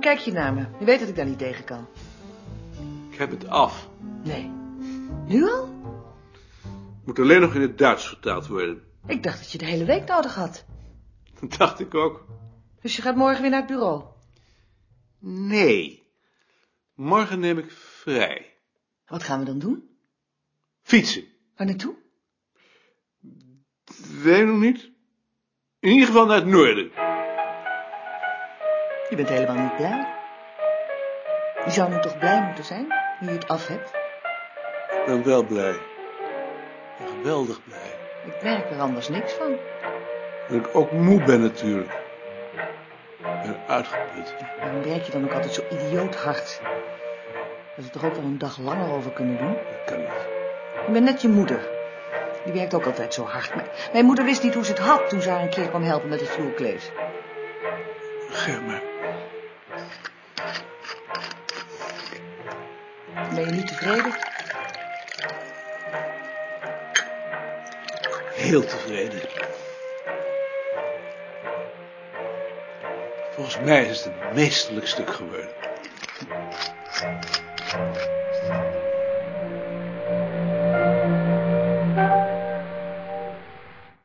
kijk je naar me. Je weet dat ik daar niet tegen kan. Ik heb het af. Nee. Nu al? Moet alleen nog in het Duits vertaald worden. Ik dacht dat je de hele week nodig had. Dat dacht ik ook. Dus je gaat morgen weer naar het bureau. Nee. Morgen neem ik vrij. Wat gaan we dan doen? Fietsen. Waar naartoe? Weet ik nog niet. In ieder geval naar het noorden. Je bent helemaal niet blij. Je zou nu toch blij moeten zijn, nu je het af hebt? Ik ben wel blij. En geweldig blij. Ik merk er anders niks van. Dat ik ook moe ben natuurlijk. Ik ben uitgeput. Waarom werk je dan ook altijd zo idioot hard? Dat we toch ook wel een dag langer over kunnen doen? Dat kan niet. Ik ben net je moeder. Die werkt ook altijd zo hard. Mijn, mijn moeder wist niet hoe ze het had toen ze haar een keer kwam helpen met het vloerkleed. Geef maar. Ben je niet tevreden? Heel tevreden. Volgens mij is het een meesterlijk stuk geworden.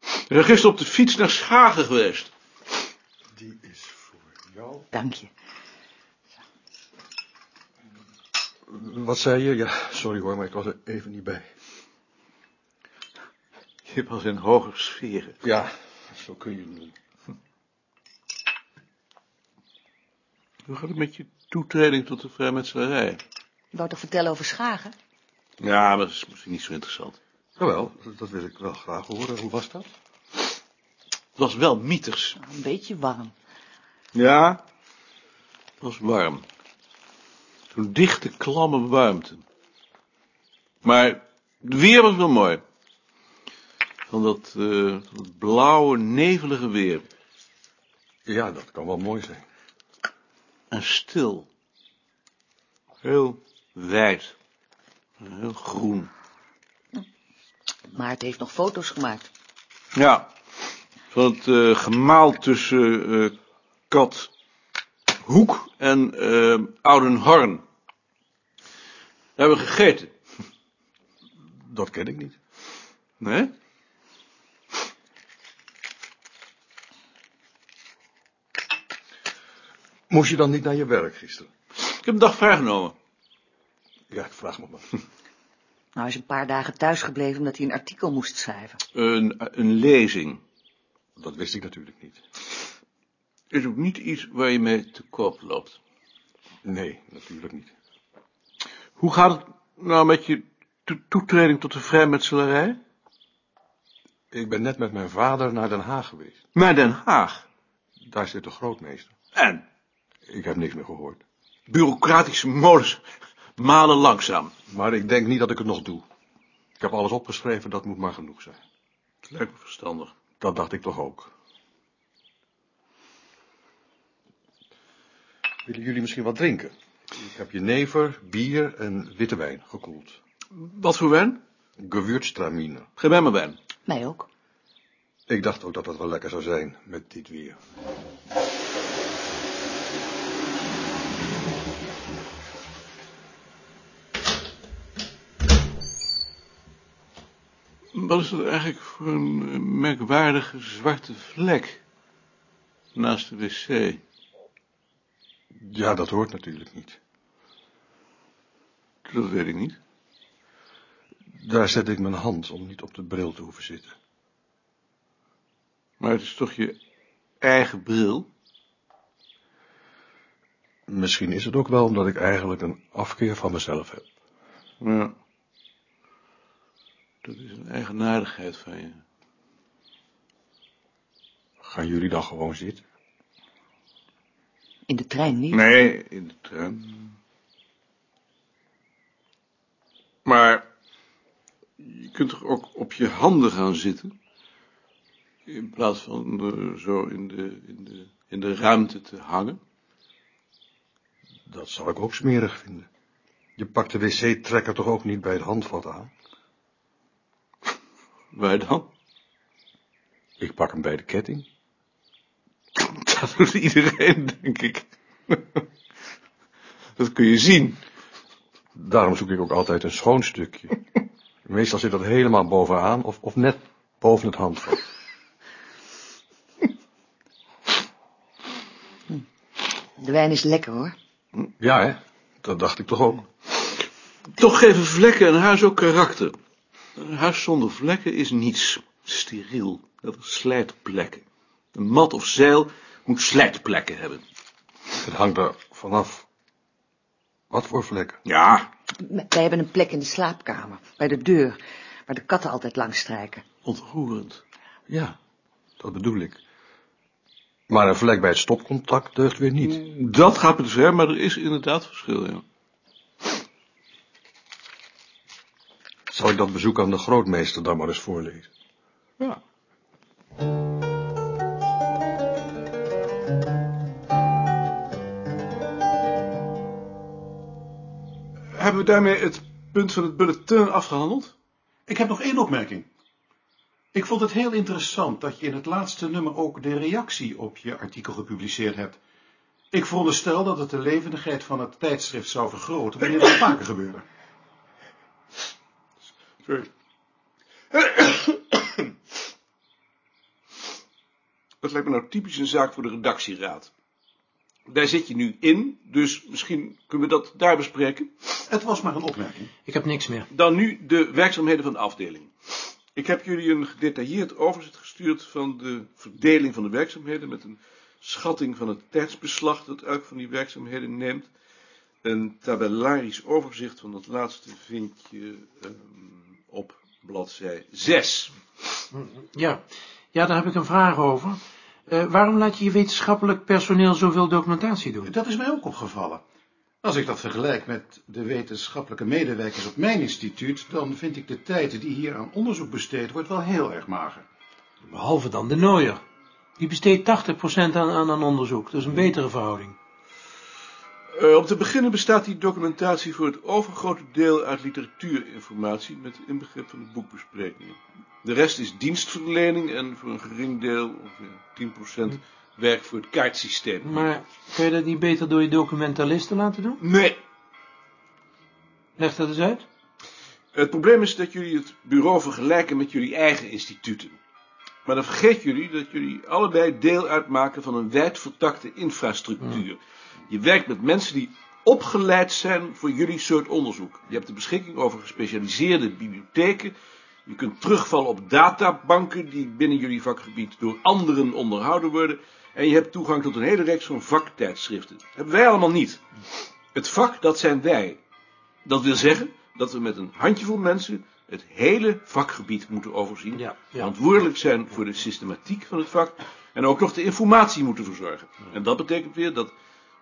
Ik ben gisteren op de fiets naar Schagen geweest. Die is voor jou. Dank je. Wat zei je? Ja, sorry hoor, maar ik was er even niet bij. Je was in hogere sferen. Ja, zo kun je het doen. Hoe gaat het met je toetreding tot de vrijmetselarij? Je wou toch vertellen over Schagen? Ja, maar dat is misschien niet zo interessant. Jawel, dat- dat wil ik wel graag horen. Hoe was dat? Het was wel mieters. Nou, Een beetje warm. Ja? Het was warm. Zo'n dichte, klamme warmte. Maar het weer was wel mooi. Van dat, eh, dat blauwe, nevelige weer. Ja, dat kan wel mooi zijn. En stil. Heel wijd. En Heel groen. Maarten heeft nog foto's gemaakt. Ja, van het eh, gemaal tussen eh Kat Hoek en eh, Oudenhorn. Daar hebben we gegeten. Dat ken ik niet. Nee? Moest je dan niet naar je werk gisteren? Ik heb een dag vrijgenomen. Ja, ik vraag me maar. Nou, hij is een paar dagen thuis gebleven omdat hij een artikel moest schrijven. Een, een lezing. Dat wist ik natuurlijk niet. Is ook niet iets waar je mee te koop loopt. Nee, natuurlijk niet. Hoe gaat het nou met je to- toetreding tot de vrijmetselarij? Ik ben net met mijn vader naar Den Haag geweest. Naar Den Haag. Daar zit de grootmeester. En Ik heb niks meer gehoord. bureaucratische modus malen langzaam. Maar ik denk niet dat ik het nog doe. Ik heb alles opgeschreven, dat moet maar genoeg zijn. Dat lijkt me verstandig. Dat dacht ik toch ook. Willen jullie misschien wat drinken? Ik heb jenever, bier en witte wijn gekoeld. Wat voor wijn? Gewürztraminer. Geef mij maar wijn. Mij ook. Ik dacht ook dat dat wel lekker zou zijn met dit weer. Wat is dat eigenlijk voor een eh, merkwaardige zwarte vlek naast de wc? Ja, dat hoort natuurlijk niet. Dat weet ik niet. Daar zet ik mijn hand om niet op de bril te hoeven zitten. Maar het is toch je eigen bril? Misschien is het ook wel omdat ik eigenlijk een afkeer van mezelf heb. Ja. Dat is een eigenaardigheid van je. Gaan jullie dan gewoon zitten? In de trein niet. Nee, in de trein. Maar je kunt toch ook op je handen gaan zitten? In plaats van eh, zo in de, in, de, in de ruimte te hangen? Dat zou ik ook smerig vinden. Je pakt de wc-trekker toch ook niet bij het handvat aan? Waar dan? Ik pak hem bij de ketting. Dat doet iedereen, denk ik. Dat kun je zien. Daarom zoek ik ook altijd een schoon stukje. Meestal zit dat helemaal bovenaan of, of net boven het handvat. De wijn is lekker hoor. Ja, hè? Dat dacht ik toch ook. Toch geven vlekken een huis ook karakter. Een huis zonder vlekken is niets. Steriel. Dat is slijtplekken. Een mat of zeil moet slijtplekken hebben. Het hangt er vanaf. Wat voor vlekken? Ja, Wij hebben een plek in de slaapkamer, bij de deur, waar de katten altijd langs strijken. ontroerend. Ja, dat bedoel ik. Maar een vlek bij het stopcontact deugt weer niet. Dat gaat me te ver, maar er is inderdaad verschil, ja. Zal ik dat bezoek aan de grootmeester dan maar eens voorlezen? Ja. Hebben we daarmee het punt van het bulletin afgehandeld? Ik heb nog één opmerking. Ik vond het heel interessant dat je in het laatste nummer ook de reactie op je artikel gepubliceerd hebt. Ik veronderstel dat het de levendigheid van het tijdschrift zou vergroten wanneer dat vaker gebeurde. Sorry. Dat lijkt me nou typisch een zaak voor de redactieraad. Daar zit je nu in, dus misschien kunnen we dat daar bespreken. Het was maar een opmerking. Ik heb niks meer. Dan nu de werkzaamheden van de afdeling. Ik heb jullie een gedetailleerd overzicht gestuurd van de verdeling van de werkzaamheden met een schatting van het tijdsbeslag dat elk van die werkzaamheden neemt. Een tabellarisch overzicht van dat laatste vind je ehm, op bladzij 6. Ja. ja, daar heb ik een vraag over. Eh, waarom laat je je wetenschappelijk personeel zoveel documentatie doen? Dat is mij ook opgevallen. Als ik dat vergelijk met de wetenschappelijke medewerkers op mijn instituut, dan vind ik de tijd die hier aan onderzoek besteed wordt wel heel erg mager. Behalve dan de Nooier. Die besteedt 80% aan, aan, aan onderzoek. Dat is een betere verhouding. Eh, om te beginnen bestaat die documentatie voor het overgrote deel uit literatuurinformatie met inbegrip van de boekbesprekingen. De rest is dienstverlening en voor een gering deel, ongeveer 10%, werk voor het kaartsysteem. Maar kun je dat niet beter door je documentalisten laten doen? Nee, Leg dat eens uit. het probleem is dat jullie het bureau vergelijken met jullie eigen instituten. Maar dan vergeet jullie dat jullie allebei deel uitmaken van een wijd vertakte infrastructuur. Je werkt met mensen die opgeleid zijn voor jullie soort onderzoek. Je hebt de beschikking over gespecialiseerde bibliotheken. Je kunt terugvallen op databanken die binnen jullie vakgebied door anderen onderhouden worden. En je hebt toegang tot een hele reeks van vaktijdschriften. Dat hebben wij allemaal niet. Het vak, dat zijn wij. Dat wil zeggen dat we met een handjevol mensen het hele vakgebied moeten overzien. Ja, ja. Verantwoordelijk zijn voor de systematiek van het vak. En ook nog de informatie moeten verzorgen. En dat betekent weer dat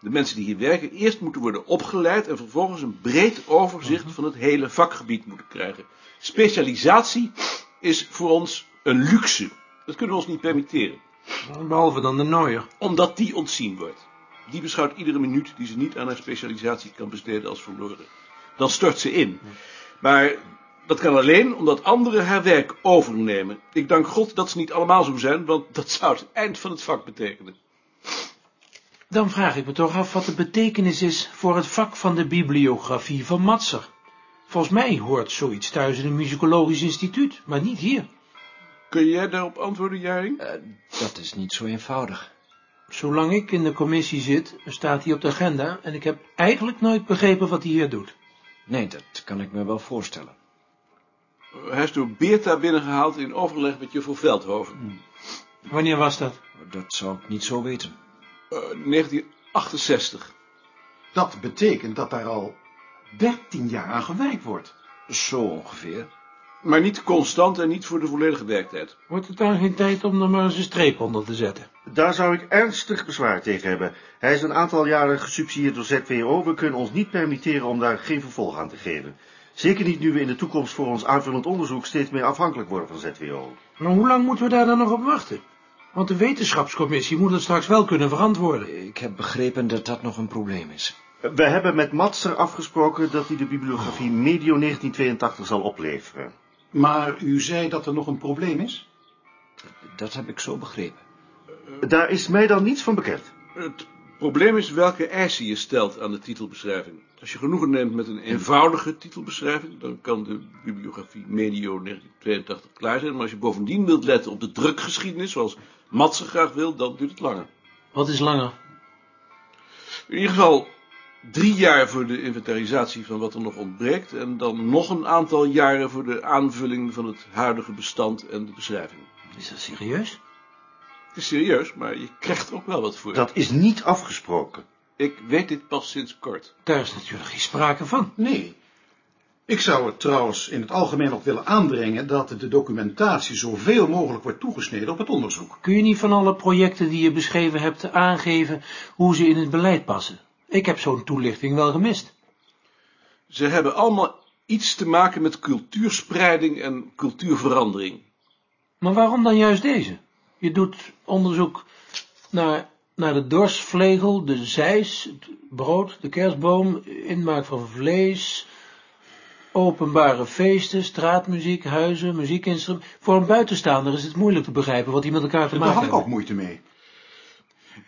de mensen die hier werken eerst moeten worden opgeleid en vervolgens een breed overzicht van het hele vakgebied moeten krijgen. Specialisatie is voor ons een luxe. Dat kunnen we ons niet permitteren, Behalve dan de Nooier. omdat die ontzien wordt. Die beschouwt iedere minuut die ze niet aan haar specialisatie kan besteden als verloren. Dan stort ze in. Maar dat kan alleen omdat anderen haar werk overnemen. Ik dank God dat ze niet allemaal zo zijn, want dat zou het eind van het vak betekenen. Dan vraag ik me toch af wat de betekenis is voor het vak van de bibliografie van Matser. Volgens mij hoort zoiets thuis in een muzikologisch instituut, maar niet hier. Kun jij daarop antwoorden, Jaring? Dat is niet zo eenvoudig. Zolang ik in de commissie zit, staat hij op de agenda en ik heb eigenlijk nooit begrepen wat hij hier doet. Nee, dat kan ik me wel voorstellen. Hij is door Beerta binnengehaald in overleg met juffrouw Veldhoven. Wanneer was dat? Dat zou ik niet zo weten. Eh, 1968. Dat betekent dat daar al 13 jaar aan gewijd wordt. Zo ongeveer. Maar niet constant en niet voor de volledige werktijd. Wordt het dan geen tijd om er maar eens een streep onder te zetten? Daar zou ik ernstig bezwaar tegen hebben. Hij is een aantal jaren gesubsidieerd door ZWO. We kunnen ons niet permitteren om daar geen vervolg aan te geven. Zeker niet nu we in de toekomst voor ons aanvullend onderzoek steeds meer afhankelijk worden van ZWO. Maar hoe lang moeten we daar dan nog op wachten? Want de wetenschapscommissie moet het straks wel kunnen verantwoorden. Ik heb begrepen dat dat nog een probleem is. We hebben met Matser afgesproken dat hij de bibliografie medio 1982 zal opleveren. Maar u zei dat er nog een probleem is? Dat heb ik zo begrepen. Daar is mij dan niets van bekend. Het probleem is welke eisen je stelt aan de titelbeschrijving. Als je genoegen neemt met een eenvoudige titelbeschrijving, dan kan de bibliografie medio 1982 klaar zijn. Maar als je bovendien wilt letten op de drukgeschiedenis, zoals Matsen graag wil, dan duurt het langer. Wat is langer? In ieder geval drie jaar voor de inventarisatie van wat er nog ontbreekt en dan nog een aantal jaren voor de aanvulling van het huidige bestand en de beschrijving. Is dat serieus? Het is serieus, maar je krijgt er ook wel wat voor. Dat is niet afgesproken. Ik weet dit pas sinds kort. Daar is natuurlijk geen sprake van. Nee. Ik zou het trouwens in het algemeen nog willen aandringen dat de documentatie zoveel mogelijk wordt toegesneden op het onderzoek. Kun je niet van alle projecten die je beschreven hebt aangeven hoe ze in het beleid passen? Ik heb zo'n toelichting wel gemist. Ze hebben allemaal iets te maken met cultuurspreiding en cultuurverandering. Maar waarom dan juist deze? Je doet onderzoek naar, naar de dorsvlegel, de zeis, het brood, de kerstboom, inmaak van vlees, openbare feesten, straatmuziek, huizen, muziekinstrumenten. Voor een buitenstaander is het moeilijk te begrijpen wat die met elkaar Daar te maken had ik ook hebben. moeite mee.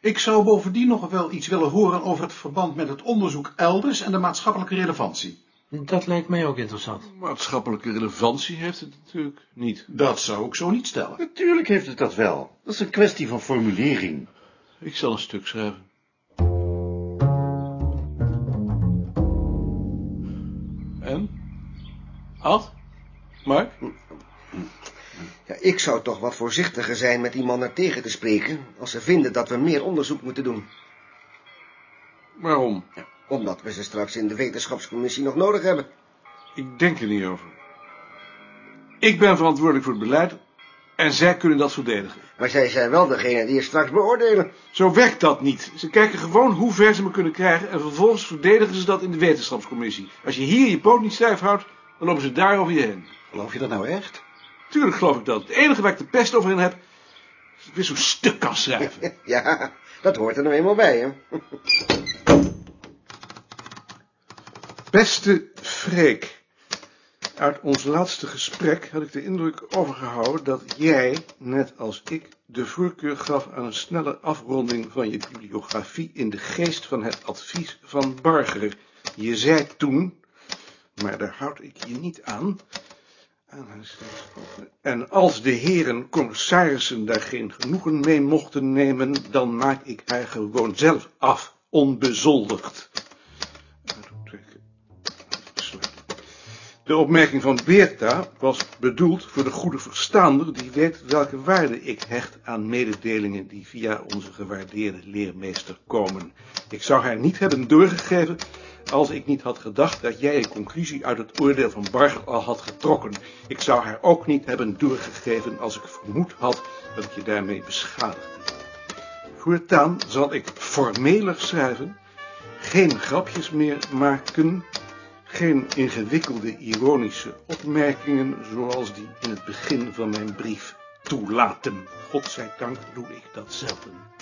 Ik zou bovendien nog wel iets willen horen over het verband met het onderzoek elders en de maatschappelijke relevantie. Dat lijkt mij ook interessant. Maatschappelijke relevantie heeft het natuurlijk niet. Dat zou ik zo niet stellen. Natuurlijk heeft het dat wel. Dat is een kwestie van formulering. Ik zal een stuk schrijven. En? Ad? Mark? Ja, ik zou toch wat voorzichtiger zijn met die mannen tegen te spreken... als ze vinden dat we meer onderzoek moeten doen. Waarom? Omdat we ze straks in de wetenschapscommissie nog nodig hebben. Ik denk er niet over. Ik ben verantwoordelijk voor het beleid en zij kunnen dat verdedigen. Maar zij zijn wel degene die je straks beoordelen. Zo werkt dat niet. Ze kijken gewoon hoe ver ze me kunnen krijgen en vervolgens verdedigen ze dat in de wetenschapscommissie. Als je hier je poot niet stijf houdt, dan lopen ze daar over je heen. Geloof je dat nou echt? Tuurlijk geloof ik dat. Het enige waar ik de pest over in heb, is dat ik weer zo'n stuk kan schrijven. Ja, dat hoort er nou eenmaal bij, hè? Beste Freek, uit ons laatste gesprek had ik de indruk overgehouden dat jij, net als ik, de voorkeur gaf aan een snelle afronding van je bibliografie in de geest van het advies van Barger. Je zei toen, maar daar houd ik je niet aan, aanhalingstekens, en als de heren commissarissen daar geen genoegen mee mochten nemen, dan maak ik haar gewoon zelf af, onbezoldigd. Uitroepteken. De opmerking van Beerta was bedoeld voor de goede verstaander die weet welke waarde ik hecht aan mededelingen die via onze gewaardeerde leermeester komen. Ik zou haar niet hebben doorgegeven als ik niet had gedacht dat jij een conclusie uit het oordeel van Bargel al had getrokken. Ik zou haar ook niet hebben doorgegeven als ik vermoed had dat ik je daarmee beschadigde. Voortaan zal ik formeler schrijven, geen grapjes meer maken, geen ingewikkelde ironische opmerkingen zoals die in het begin van mijn brief toelaten. Godzijdank doe ik dat zelden.